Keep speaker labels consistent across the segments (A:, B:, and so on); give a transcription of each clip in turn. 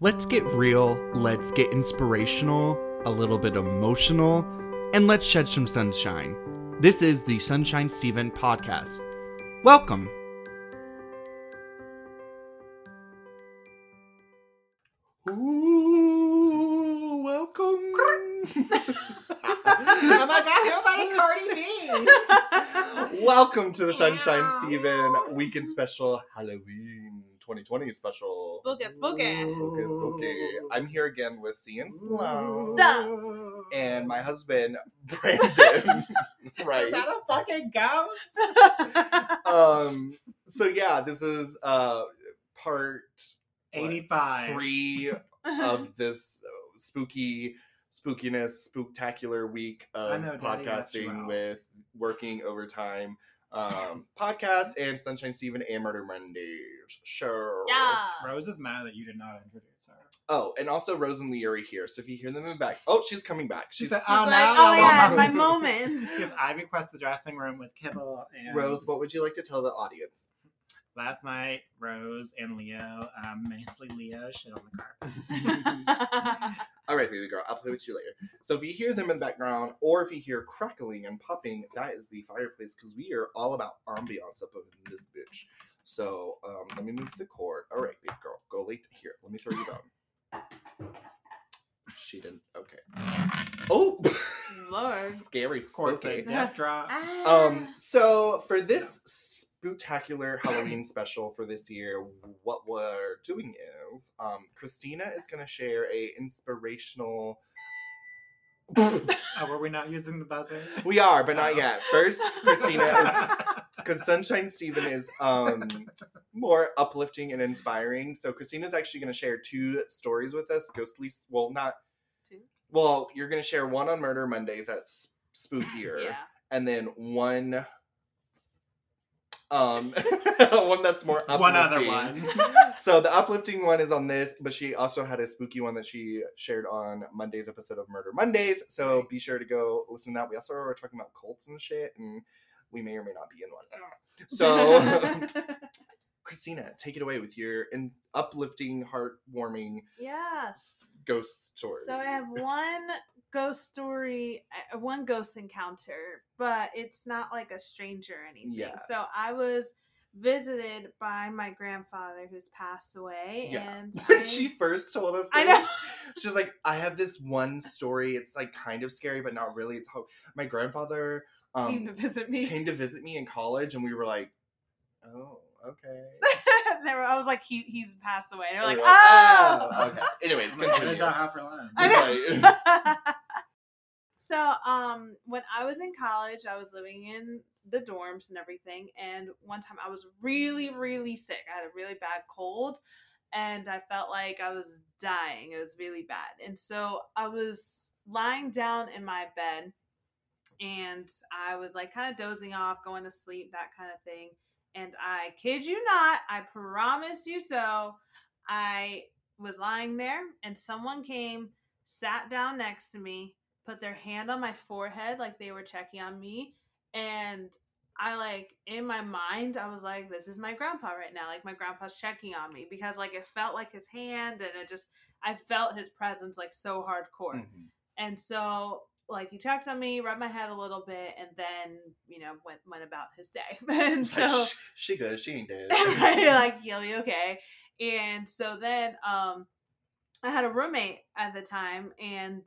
A: Let's get real, let's get inspirational, a little bit emotional, and let's shed some sunshine. This is the Sunshine Steven podcast. Welcome. Ooh, welcome.
B: oh my god, everybody Cardi
A: welcome to the Sunshine Steven weekend special Halloween 2020 special.
C: Spooky, spooky.
A: Spooky, spooky. I'm here again with C and Sloan.
C: Sup?
A: and my husband Brandon.
B: B.
A: right.
B: Is that a fucking ghost?
A: Um. So yeah, this is uh part what,
B: 85.
A: three of this uh, spooky spookiness spooktacular week
B: I
A: of
B: know, Daddy asked you
A: podcasting
B: out.
A: with working overtime um podcast and sunshine steven and murder monday sure
C: Yeah.
B: Rose is mad that you did not introduce her.
A: oh and also rose and lee are here so if you hear them in the back oh she's coming back
B: She
A: she's
B: said,
C: He's
B: "Oh no,
C: like, oh yeah, my
B: Because
C: moment.
B: I request the dressing room with Kibble and
A: rose what would you like to tell the audience
B: Last night, Rose and Leo, um, mostly Leo, shit on the carpet.
A: All right, baby girl, I'll play with you later. So if you hear them in the background, or if you hear crackling and popping, that is the fireplace because we are all about ambiance up in this bitch. So um, let me move the cord. All right, baby girl, go late here. Let me throw you down. She didn't. Okay. Oh,
C: Lord.
A: scary.
B: Court
A: spooky.
B: say death drop.
A: Um, so for this spectacular Halloween special for this year, what we're doing is um, Christina is going to share a inspirational.
B: Oh, were we not using the buzzer?
A: we are, but not yet. First, Christina, because Sunshine Steven is um, more uplifting and inspiring. So Christina's actually going to share two stories with us. Ghostly, well, not
C: Two?
A: Well, you're going to share one on Murder Mondays. That's spookier
C: yeah.
A: and then one um one that's more uplifting.
B: one other one.
A: So the uplifting one is on this, but she also had a spooky one that she shared on Monday's episode of Murder Mondays. So be sure to go listen to that. We also were talking about cults and shit, and we may or may not be in one. So Christina, take it away with your in- uplifting, heartwarming
C: yes.
A: ghost story.
C: So I have one ghost story, uh, one ghost encounter, but it's not like a stranger or anything.
A: Yeah.
C: So I was visited by my grandfather who's passed away,
A: Yeah.
C: and I-
A: when she first told us this,
C: I know.
A: she's like, I have this one story. It's like kind of scary, but not really. It's how my grandfather
C: came to
A: um,
C: visit me.
A: came to visit me in college, and we were like, oh, okay.
C: And they were, I was like, he, he's passed away. They're
A: And
C: like,
A: we were
C: oh.
A: um, okay. Anyways,
B: I'm like, what did
A: continue.
B: y'all have for lunch?
C: I
A: Right.
C: so um when i was in college i was living in the dorms and everything and one time i was really really sick i had a really bad cold and i felt like i was dying it was really bad and so i was lying down in my bed and i was like kind of dozing off going to sleep that kind of thing and i kid you not i promise you so i was lying there and someone came sat down next to me, put their hand on my forehead like they were checking on me, and I like in my mind I was like, this is my grandpa right now. Like my grandpa's checking on me because like it felt like his hand and it just I felt his presence like so hardcore.
A: Mhm.
C: And so, like, he checked on me, rubbed my head a little bit, and then, you know, went went about his day. and
A: She's
C: so,
A: like, "Shh, she good. She ain't dead.
C: like, he'll be okay. And so then, um, I had a roommate at the time, and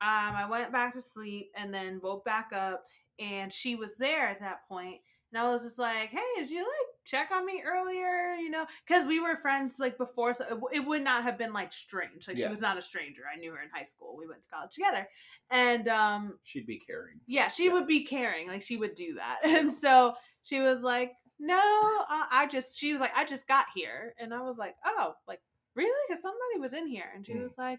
C: um, I went back to sleep, and then woke back up, and she was there at that point, and I was just like, "Hey, did you like check on me earlier? You know, because we were friends like before, so it, w- it would not have been like strange. Like
A: Yeah.
C: she was not a stranger. I knew her in high school. We went to college together, and um,
A: She'd be caring.
C: yeah, she
A: Yeah.
C: would be caring. Like she would do that. And so she was like, "No, uh, I just." She was like, "I just got here," and I was like, "Oh, like really? Because somebody was in here." And she
A: Mm.
C: was like,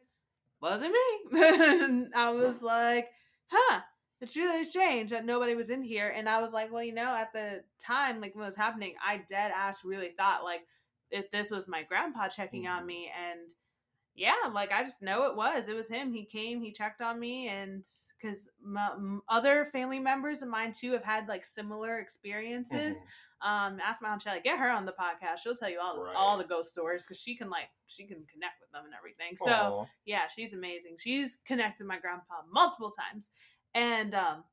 C: "Wasn't me." and I was like, "Huh." It's really strange that nobody was in here. And I was like, well, you know, at the time, like when it was happening, I dead ass really thought like if this was my grandpa checking on
A: Mhm.
C: me and yeah, like I just know it was. It was him. He came, he checked on me, and because my m- other family members of mine too have had like similar experiences.
A: Mhm.
C: Um, ask my aunt Shelly, get her on the podcast. She'll tell you all the, all the
A: Right.
C: ghost stories because she can like she can connect with them and everything. So
A: Aw.
C: yeah, she's amazing. She's connected my grandpa multiple times. And um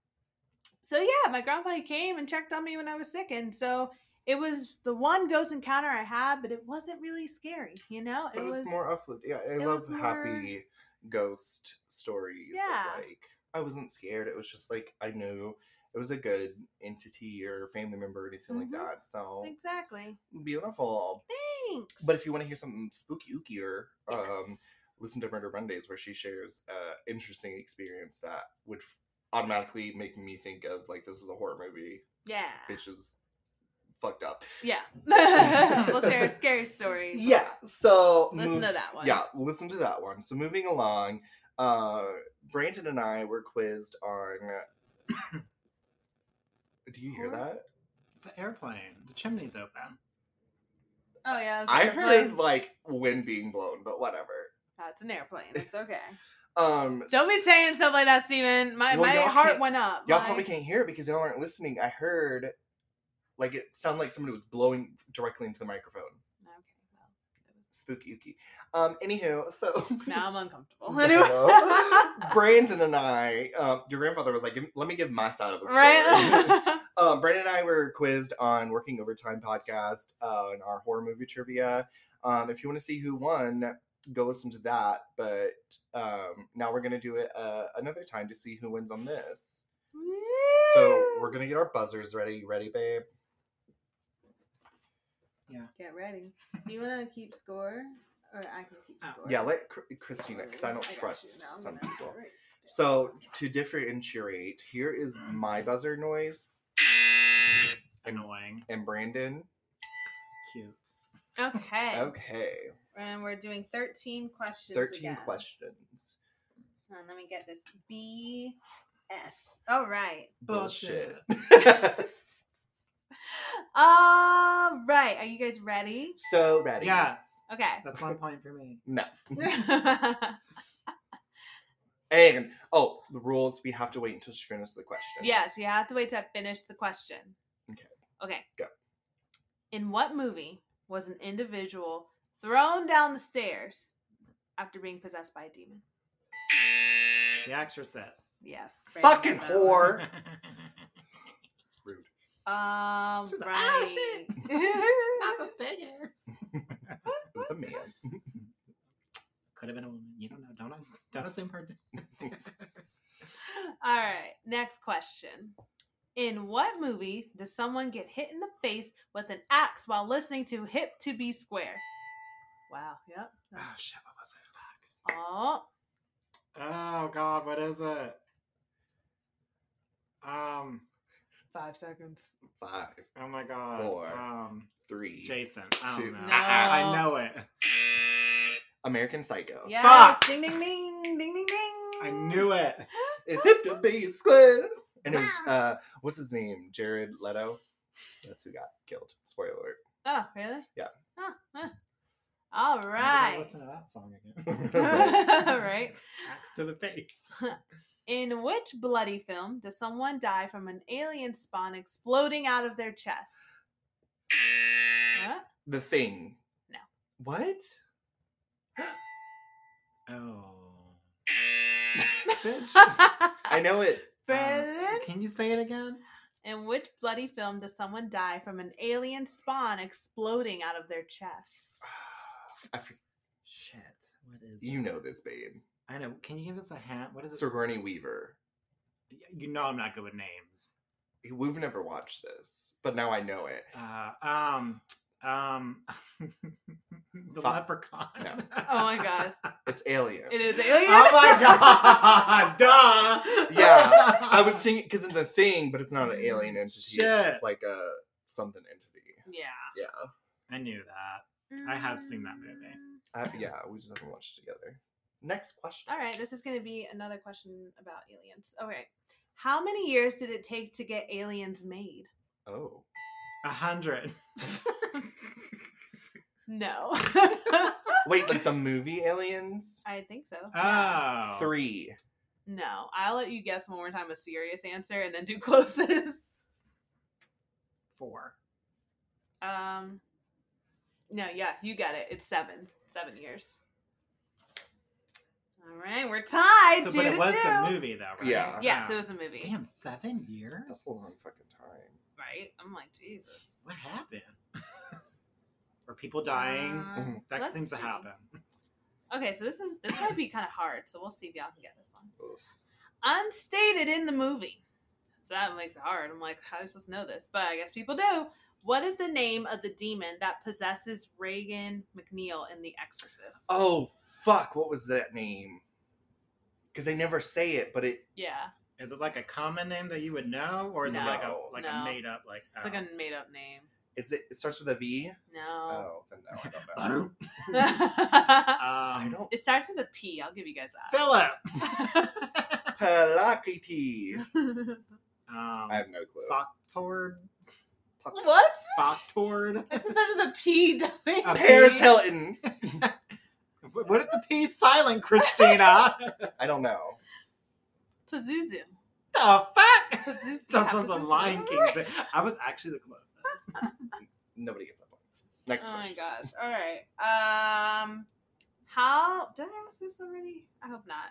C: so yeah, my grandpa he came and checked on me when I was sick and so it was the one ghost encounter I had, but it wasn't really scary, you know?
A: but it's more uplift. Yeah, I
C: it
A: love
C: was more-
A: happy ghost stories.
C: Yeah.
A: Of like I wasn't scared. It was just like I knew it was a good entity or family member or anything
C: Mhm.
A: like that. So
C: exactly.
A: beautiful.
C: Thanks.
A: But if you want to hear something spooky ookier, um,
C: Yes.
A: listen to Murder Mondays where she shares uh interesting experience that would f- automatically make me think of like this is a horror movie,
C: yeah.
A: which is fucked up.
C: Yeah. we'll share a scary story.
A: Yeah. So
C: Listen
A: move-
C: to that one.
A: Yeah, listen to that one. So moving along, uh Brandon and I were quizzed on Do you hear
C: Horror?
A: that?
B: It's an airplane. The chimney's open.
C: Oh yeah. it's an
A: I
C: airplane.
A: heard like wind being blown, but whatever.
C: That's an airplane. It's okay.
A: Um
C: Don't be saying stuff like that, Steven. My
A: Well,
C: my
A: y'all
C: heart
A: can't-
C: went up.
A: Y'all
C: My-
A: probably can't hear it because y'all aren't listening. I heard like it sounded like somebody was blowing directly into the microphone.
C: Okay, well, it was
A: Spooky ooky. Um anywho, so
C: Now I'm uncomfortable.
A: No.
C: Anyway.
A: Brandon and I, um, your grandfather was like, "Give- "Let me give my side of the story."
C: right?
A: um, Brandon and I were quizzed on Working Overtime podcast uh, and our horror movie trivia. Um, if you want to see who won, go listen to that. But um, now we're going to do it uh, another time to see who wins on this. So we're going to get our buzzers ready. You ready, babe?
C: Get ready. Do you want to keep score? Or I can keep
B: Oh,
C: score.
A: Yeah, let Cr- Christina, because I don't
C: got you.
A: trust
C: Now I'm
A: some
C: gonna-
A: people.
C: right.
A: So to differentiate, here is my buzzer noise
B: Annoying.
A: and Brandon.
B: Cute.
C: Okay.
A: Okay,
C: And we're doing 13 questions.
A: 13
C: again.
A: questions.
C: Hold on, let me get this. B S. All right.
A: Bullshit.
C: All right. Are you guys ready?
A: so ready.
B: Yes.
C: Okay.
B: That's one point for me.
A: No.
C: yes,
A: And oh, the rules we have to wait until she finishes the question.
C: you have to wait to finish the question.
A: Okay.
C: Okay.
A: Go.
C: In what movie was an individual thrown down the stairs after being possessed by a demon?
B: The Exorcist.
C: Yes.
A: Fucking
C: Brandon knows.
A: whore. Rude.
C: Um,
B: She's like, "Ah,
C: right.
B: Not the stairs.
A: It was a man.
B: Could have been a woman. You don't know. Don't don't assume her. Oh,
C: All right. Next question. In what movie does someone get hit in the face with an axe while listening to Hip to Be Square? Wow. Yep.
B: oh shit! What was it? Fuck.
C: Oh.
B: Oh god, what is it? Um.
C: Five seconds.
A: Five,
B: Oh my god.
A: Four.
B: Um.
A: three.
B: Jason. I
A: Two.
B: don't know.
C: No.
B: I, I know it.
A: American Psycho.
C: Yes.
B: Oh, Fuck.
C: Ding ding ding ding ding ding.
B: I knew it.
A: It's hip to be square. And it was uh, what's his name? Jared Leto. That's who got killed. Spoiler
C: Oh, really?
A: Yeah.
C: Huh, huh. All
B: Why did I
C: right.
B: Listen to that song again.
A: alert.
C: right.
B: Axe to the face.
C: In which bloody film does someone die from an alien spawn exploding out of their chest? Huh?
A: the Thing.
C: No.
A: What?
B: Oh.
A: I know it.
C: Brandon?
B: Um, can you say it again?
C: Um, In which bloody film does someone die from an alien spawn exploding out of their chest?
A: I for-
B: Shit. What is
A: you
B: it?
A: know this, babe.
B: I know. Can you give us a hint? What is it?
A: Sigourney Weaver.
B: You know I'm not good with names.
A: We've never watched this, but now I know it.
B: Uh, um, um, the
A: Fuck.
B: leprechaun.
A: No.
C: Oh my god.
A: It's Alien.
C: It is alien.
B: Oh my god! Duh.
A: Yeah, I was thinking because it's a thing, but it's not an alien entity. It's
B: Mm, Shit.
A: like a something entity.
C: Yeah.
A: Yeah,
B: I knew that. I have seen that movie.
A: Uh, yeah. We just haven't watched it together. Next question.
C: Mm. All right, this is going to be another question about aliens. All right. How many years did it take to get aliens made?
A: Oh,
B: A hundred.
C: No.
A: Wait, like the movie Aliens?
C: I think so. Yeah.
B: Oh.
A: Three.
C: No, I'll let you guess one more time a serious answer and then do closest.
B: Four.
C: Um, no, yeah, you got it. It's seven, seven years. All right, we're tied.
B: So,
C: two
B: but it
C: to
B: was
C: two.
B: the movie, though, right?
A: Yeah.
C: Yes,
B: Wow.
C: it was a movie.
B: Damn, seven years?
A: That's a long fucking time.
C: Right? I'm like Jesus.
B: What happened? Were people dying?
A: Mm-hmm.
C: Um,
B: that
C: let's
B: seems to
C: see.
B: happen.
C: Okay, so this is this might be kind of hard. So we'll see if y'all can get this one.
A: Oof.
C: Unstated in the movie. So that makes it hard. I'm like, how are you supposed to know this? But I guess people do. What is the name of the demon that possesses Reagan McNeil in The Exorcist?
A: Oh fuck! What was that name? Because they never say it, but it.
C: yeah.
B: Is it like a common name that you would know, or is it like a
A: No.
B: like
C: No.
B: a made up like? uh,
C: It's like a made up name.
A: Is it? It starts with a V.
C: No.
A: Oh, then no, I don't know.
B: um,
A: I don't.
C: it starts with a P. I'll give you guys that.
B: Philip.
A: Palakiti.
B: Um,
A: I have no clue.
B: Fochtord.
A: Fuck.
C: what?
B: Fochtord.
C: It starts with a P. dummy.
B: A
A: Paris
B: P?
A: Hilton.
B: What what if the P silent, Christina?
A: I don't know.
C: Pazuzu.
B: the fuck?
C: Pazuzu.
B: Sounds like the Lion King. too. I was actually the closest.
A: Nobody gets that one. Next
C: Oh my
A: question.
C: gosh. All right. Um, how did I ask this already? I hope not.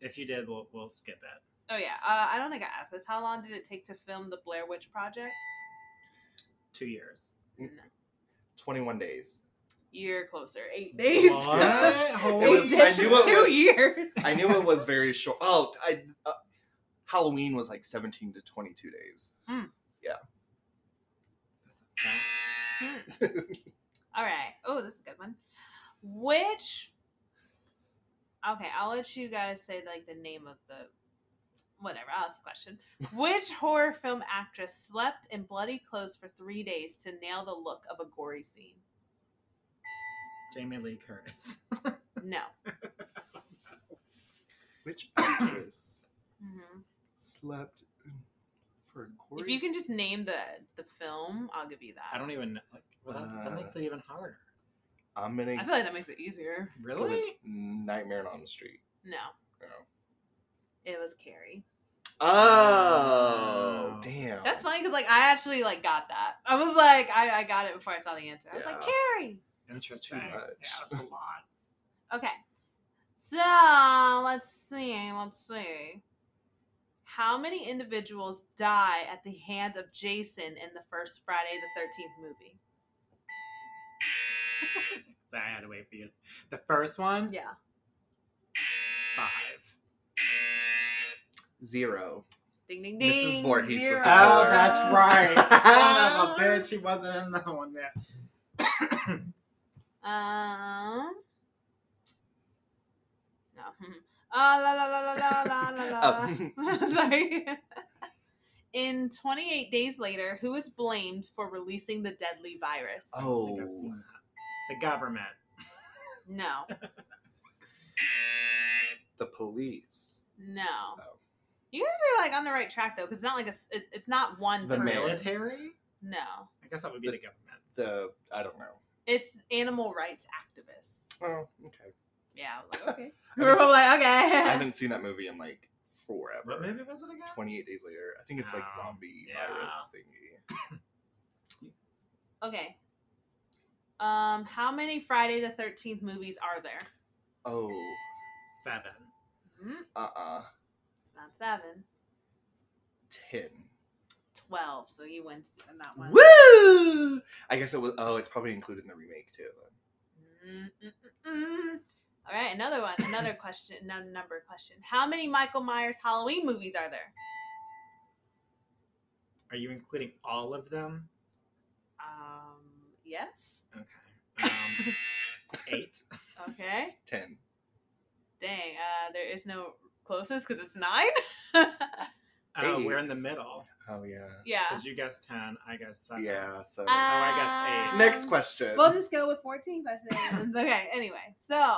B: If you did, we'll we'll skip it.
C: Oh yeah. Uh, I don't think I asked this. How long did it take to film the Blair Witch Project?
B: Two years.
C: No.
A: Twenty-one days.
C: You're closer. Eight days.
B: What? Holy
A: It was-
C: Eight
A: I
C: days.
A: knew
C: Two
A: it was-
C: years.
A: I knew it was very short. Oh, I. Uh, Halloween was like seventeen to twenty-two days.
C: Hmm. All right. Oh, this is a good one. Which? Okay, I'll let you guys say like the name of the whatever. I'll ask the question. Which horror film actress slept in bloody clothes for three days to nail the look of a gory scene?
B: Jamie Lee Curtis.
C: No.
A: Which actress
B: Mm-hmm.
C: hmm
A: slept for a
C: If you can just name the the film, I'll give you
B: I
C: that.
B: don't even know. Like, well, that, that
A: Uh,
B: makes it even harder.
A: I'm gonna
C: I feel like that makes it easier.
A: go with
B: Really?
A: Nightmare on Elm Street. Oh.
C: No,
A: No.
C: it was Carrie.
A: Oh,
B: Wow.
A: damn.
C: That's funny because like I actually like got that. I was like I, I got it before I saw the answer. I was like
A: Yeah.
C: Carrie.
B: Interesting.
A: too much.
B: Yeah, that's a lot.
C: Okay. So let's see. Let's see. How many individuals die at the hand of Jason in the first Friday the 13th movie?
B: So I had to wait for you. The first one,
C: Yeah.
B: five.
A: Zero.
C: Ding, ding,
A: Mrs.
C: ding.
A: Voorhees was the
C: zero. Uh,
B: Oh,
A: Alright.
B: that's right. Son of a bitch, he wasn't in that one yet.
C: Um. No. hmm. Ah, la, la, la,
A: Oh.
C: la, la, la, la. Sorry. In 28 Days Later, who is blamed for releasing the deadly virus?
B: I think
A: Oh.
B: I've seen that. The government.
C: No.
A: The police.
C: No.
A: Oh.
C: You guys are like on the right track though, because it's not like a s- it's, it's not one
A: The
B: The
C: person.
A: mayor.
B: military?
C: No,
B: I guess that would be the, government.
A: The I don't know.
C: it's animal rights activists.
A: Oh, okay.
C: Yeah, I was like, okay.
A: I
C: we were
A: haven't-
C: like
A: I
C: okay.
A: haven't seen that movie in like forever.
B: What movie was it again?
A: Twenty eight days later. I think it's like
B: Oh,
A: zombie
B: yeah.
A: virus thingy.
C: Okay. Um, how many Friday the Thirteenth movies are there?
A: Oh.
B: Seven.
C: Hmm,
A: Uh uh
C: It's not seven.
A: Ten.
C: Twelve. So you win on that one.
A: Woo! I guess it was oh, it's probably included in the remake too.
C: Mm, mm, mm, mm. All right, another one. Another question. No number question. How many Michael Myers Halloween movies are there?
B: Are you including all of them?
C: Um, yes.
B: Okay. Um, eight.
C: Okay.
A: Ten.
C: Dang, uh, there is no closest because it's nine.
B: Oh,
A: Eight.
B: we're in the middle.
A: Oh yeah.
C: yeah.
B: Because you guessed ten, I guessed seven.
A: Yeah, so
B: oh, I guess eight.
A: next
C: Um,
A: question.
C: We'll just go with fourteen questions. okay. Anyway, so,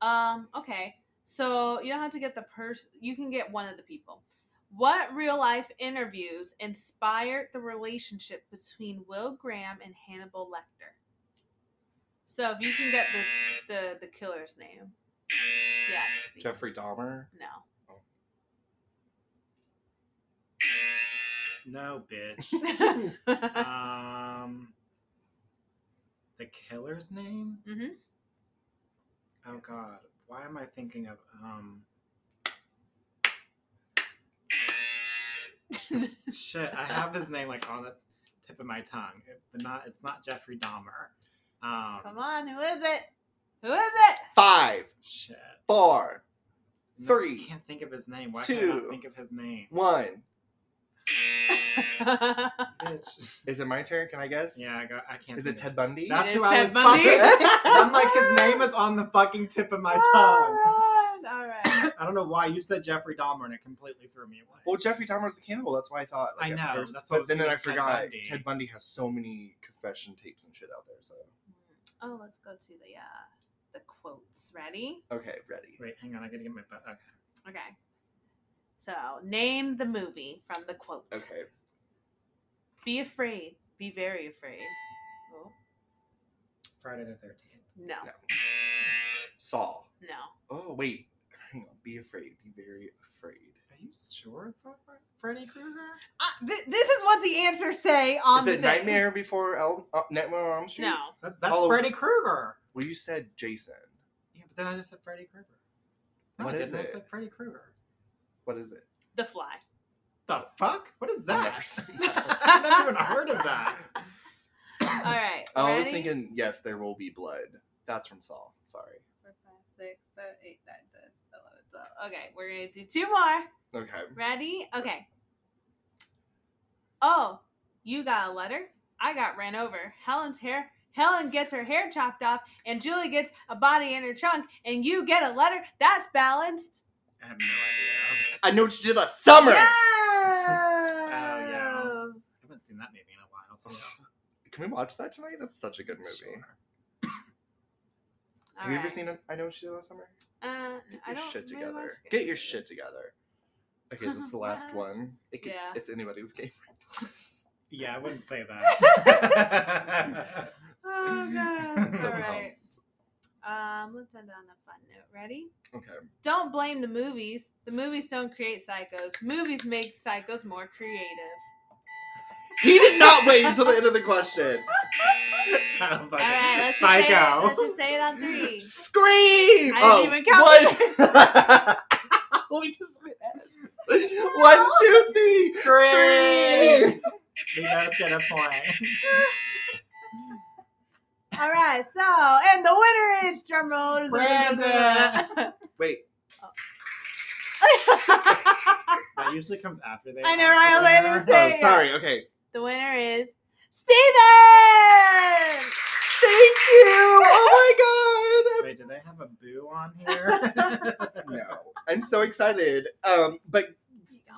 C: um, okay, so you don't have to get the person. You can get one of the people. What real life interviews inspired the relationship between Will Graham and Hannibal Lecter? So if you can get this the the killer's name. Yes. Steve.
A: Jeffrey Dahmer.
C: No.
B: No, bitch.
C: mm-hmm.
B: um, the killer's name?
C: Mm-hmm.
B: Oh God, why am I thinking of um? Shit, I have his name like on the tip of my tongue, It- but not. It's not Jeffrey Dahmer. Um,
C: Come on, who is it? Who is it?
A: Five,
B: Shit.
A: four,
B: No,
A: Three,
B: I can't think of his name. Why can I
A: two.
B: not think of his name?
A: one.
B: Bitch.
A: Is it my turn? Can I guess?
B: yeah, I, got, I can't.
A: Is
B: think
A: it
B: of-
A: Ted Bundy?
B: That's
C: It
B: who
C: is
B: I
C: Ted
B: was
C: Bundy.
B: fucking. I'm like his name is on the fucking tip of
A: Ah!
B: my tongue.
C: Oh, Lord. All right.
B: I don't know why you said Jeffrey Dahmer and it completely threw me away.
A: Well, Jeffrey Dahmer was a cannibal. That's why I thought. Like,
B: I
A: At
B: know,
A: first.
B: that's why I
A: but
B: was
A: then, then I
B: thinking of Ted
A: forgot.
B: Bundy.
A: Ted Bundy has so many confession tapes and shit out there. So
C: Oh, let's go to the uh, the quotes. Ready?
A: okay, ready.
B: Wait, hang on. I gotta get my butt. Okay.
C: Okay. So name the movie from the quote.
A: Okay.
C: Be afraid. Be very afraid. Oh,
B: Friday the Thirteenth.
C: no,
A: No. Saw.
C: no.
A: Oh wait. Hang on. Be afraid. Be very afraid.
B: Are you sure it's not Fre- Freddy Krueger?
C: Uh, th- this is what the answers say
A: Is
C: on Um, the
A: it
C: thing.
A: Nightmare Before Elm? Uh, Nightmare on Elm Street?
C: No.
B: That, that's
A: Oh.
B: Freddy Krueger.
A: Well, you said Jason.
B: Yeah, but then I just said Freddy Krueger.
A: What
B: I
A: is
B: didn't.
A: it?
B: I said Freddy Krueger.
A: What is it?
C: The Fly.
B: The fuck? What is
A: I've
B: that?
A: never seen
B: that. I've never even heard of that.
C: All right.
A: Oh, I was
C: ready?
A: thinking. Yes, there will be blood. That's from Saul. Sorry.
C: Four, five, six, seven, eight, nine, ten, eleven, twelve. Okay, we're gonna do two more.
A: Okay.
C: Ready? Okay. Oh, you got a letter? I got ran over. Helen's hair. Helen gets her hair chopped off, and Julie gets a body in her trunk, and you get a letter. That's balanced.
B: I have no idea.
A: I know what you did last summer.
C: Yes!
B: Oh, yeah. I haven't seen that movie in a while. too.
A: Can we watch that tonight? That's such a good movie.
B: Sure.
A: Have you ever seen I know what you did last summer?
C: Uh,
A: Get
C: I
A: your
C: don't
A: shit
C: really
A: together.
C: watch
A: Get your
C: games.
A: shit together. Okay, is this the last one? It could,
C: Yeah.
A: It's anybody's game.
B: Yeah, I wouldn't say that.
C: Oh god!
B: So
C: All
B: dumb.
C: right. Um, let's end on a fun note. Ready?
A: Okay.
C: Don't blame the movies. The movies don't create psychos. Movies make psychos more creative.
A: He did not wait until the end of the question.
B: I don't fucking-
C: All right, Uh, let's just, say it,
B: Psycho.
C: let's just say it on three.
A: Scream!
C: I didn't even count
A: One. we just went ahead. One, two, three. Scream!
B: We both get a point.
C: All right, so and the winner is drumroll.
B: Brandon.
A: Wait,
B: That usually comes after they.
C: I know, right? I was like, I didn't
B: answer.
C: say-
A: oh,
C: Hey.
A: sorry. Okay.
C: the winner is Steven.
A: Thank you. Oh my
B: Wait,
A: god.
B: do they have a boo on here?
A: No, I'm so excited. Um, but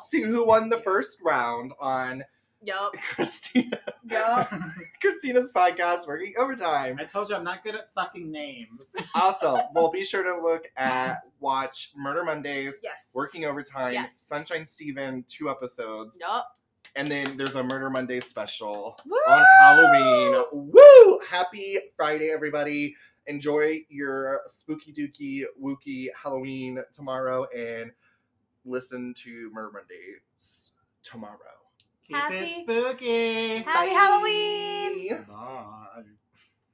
A: see who won the first round on
C: Yup.
A: Christina
C: Yup.
A: Christina's podcast, Working Overtime.
B: I told you I'm not good at fucking names.
A: awesome. Well, be sure to look at watch Murder Mondays,
C: Yes.
A: Working Overtime,
C: Yes.
A: Sunshine Steven, two episodes,
C: Yup.
A: and then there's a Murder Monday special
C: Woo!
A: on Halloween. Woo! Happy Friday, everybody. Enjoy your spooky dooky wookie Halloween tomorrow and listen to Murder Mondays tomorrow.
B: Keep
C: Happy-
B: it spooky.
C: Happy Halloween.
A: Bye.
B: Bye.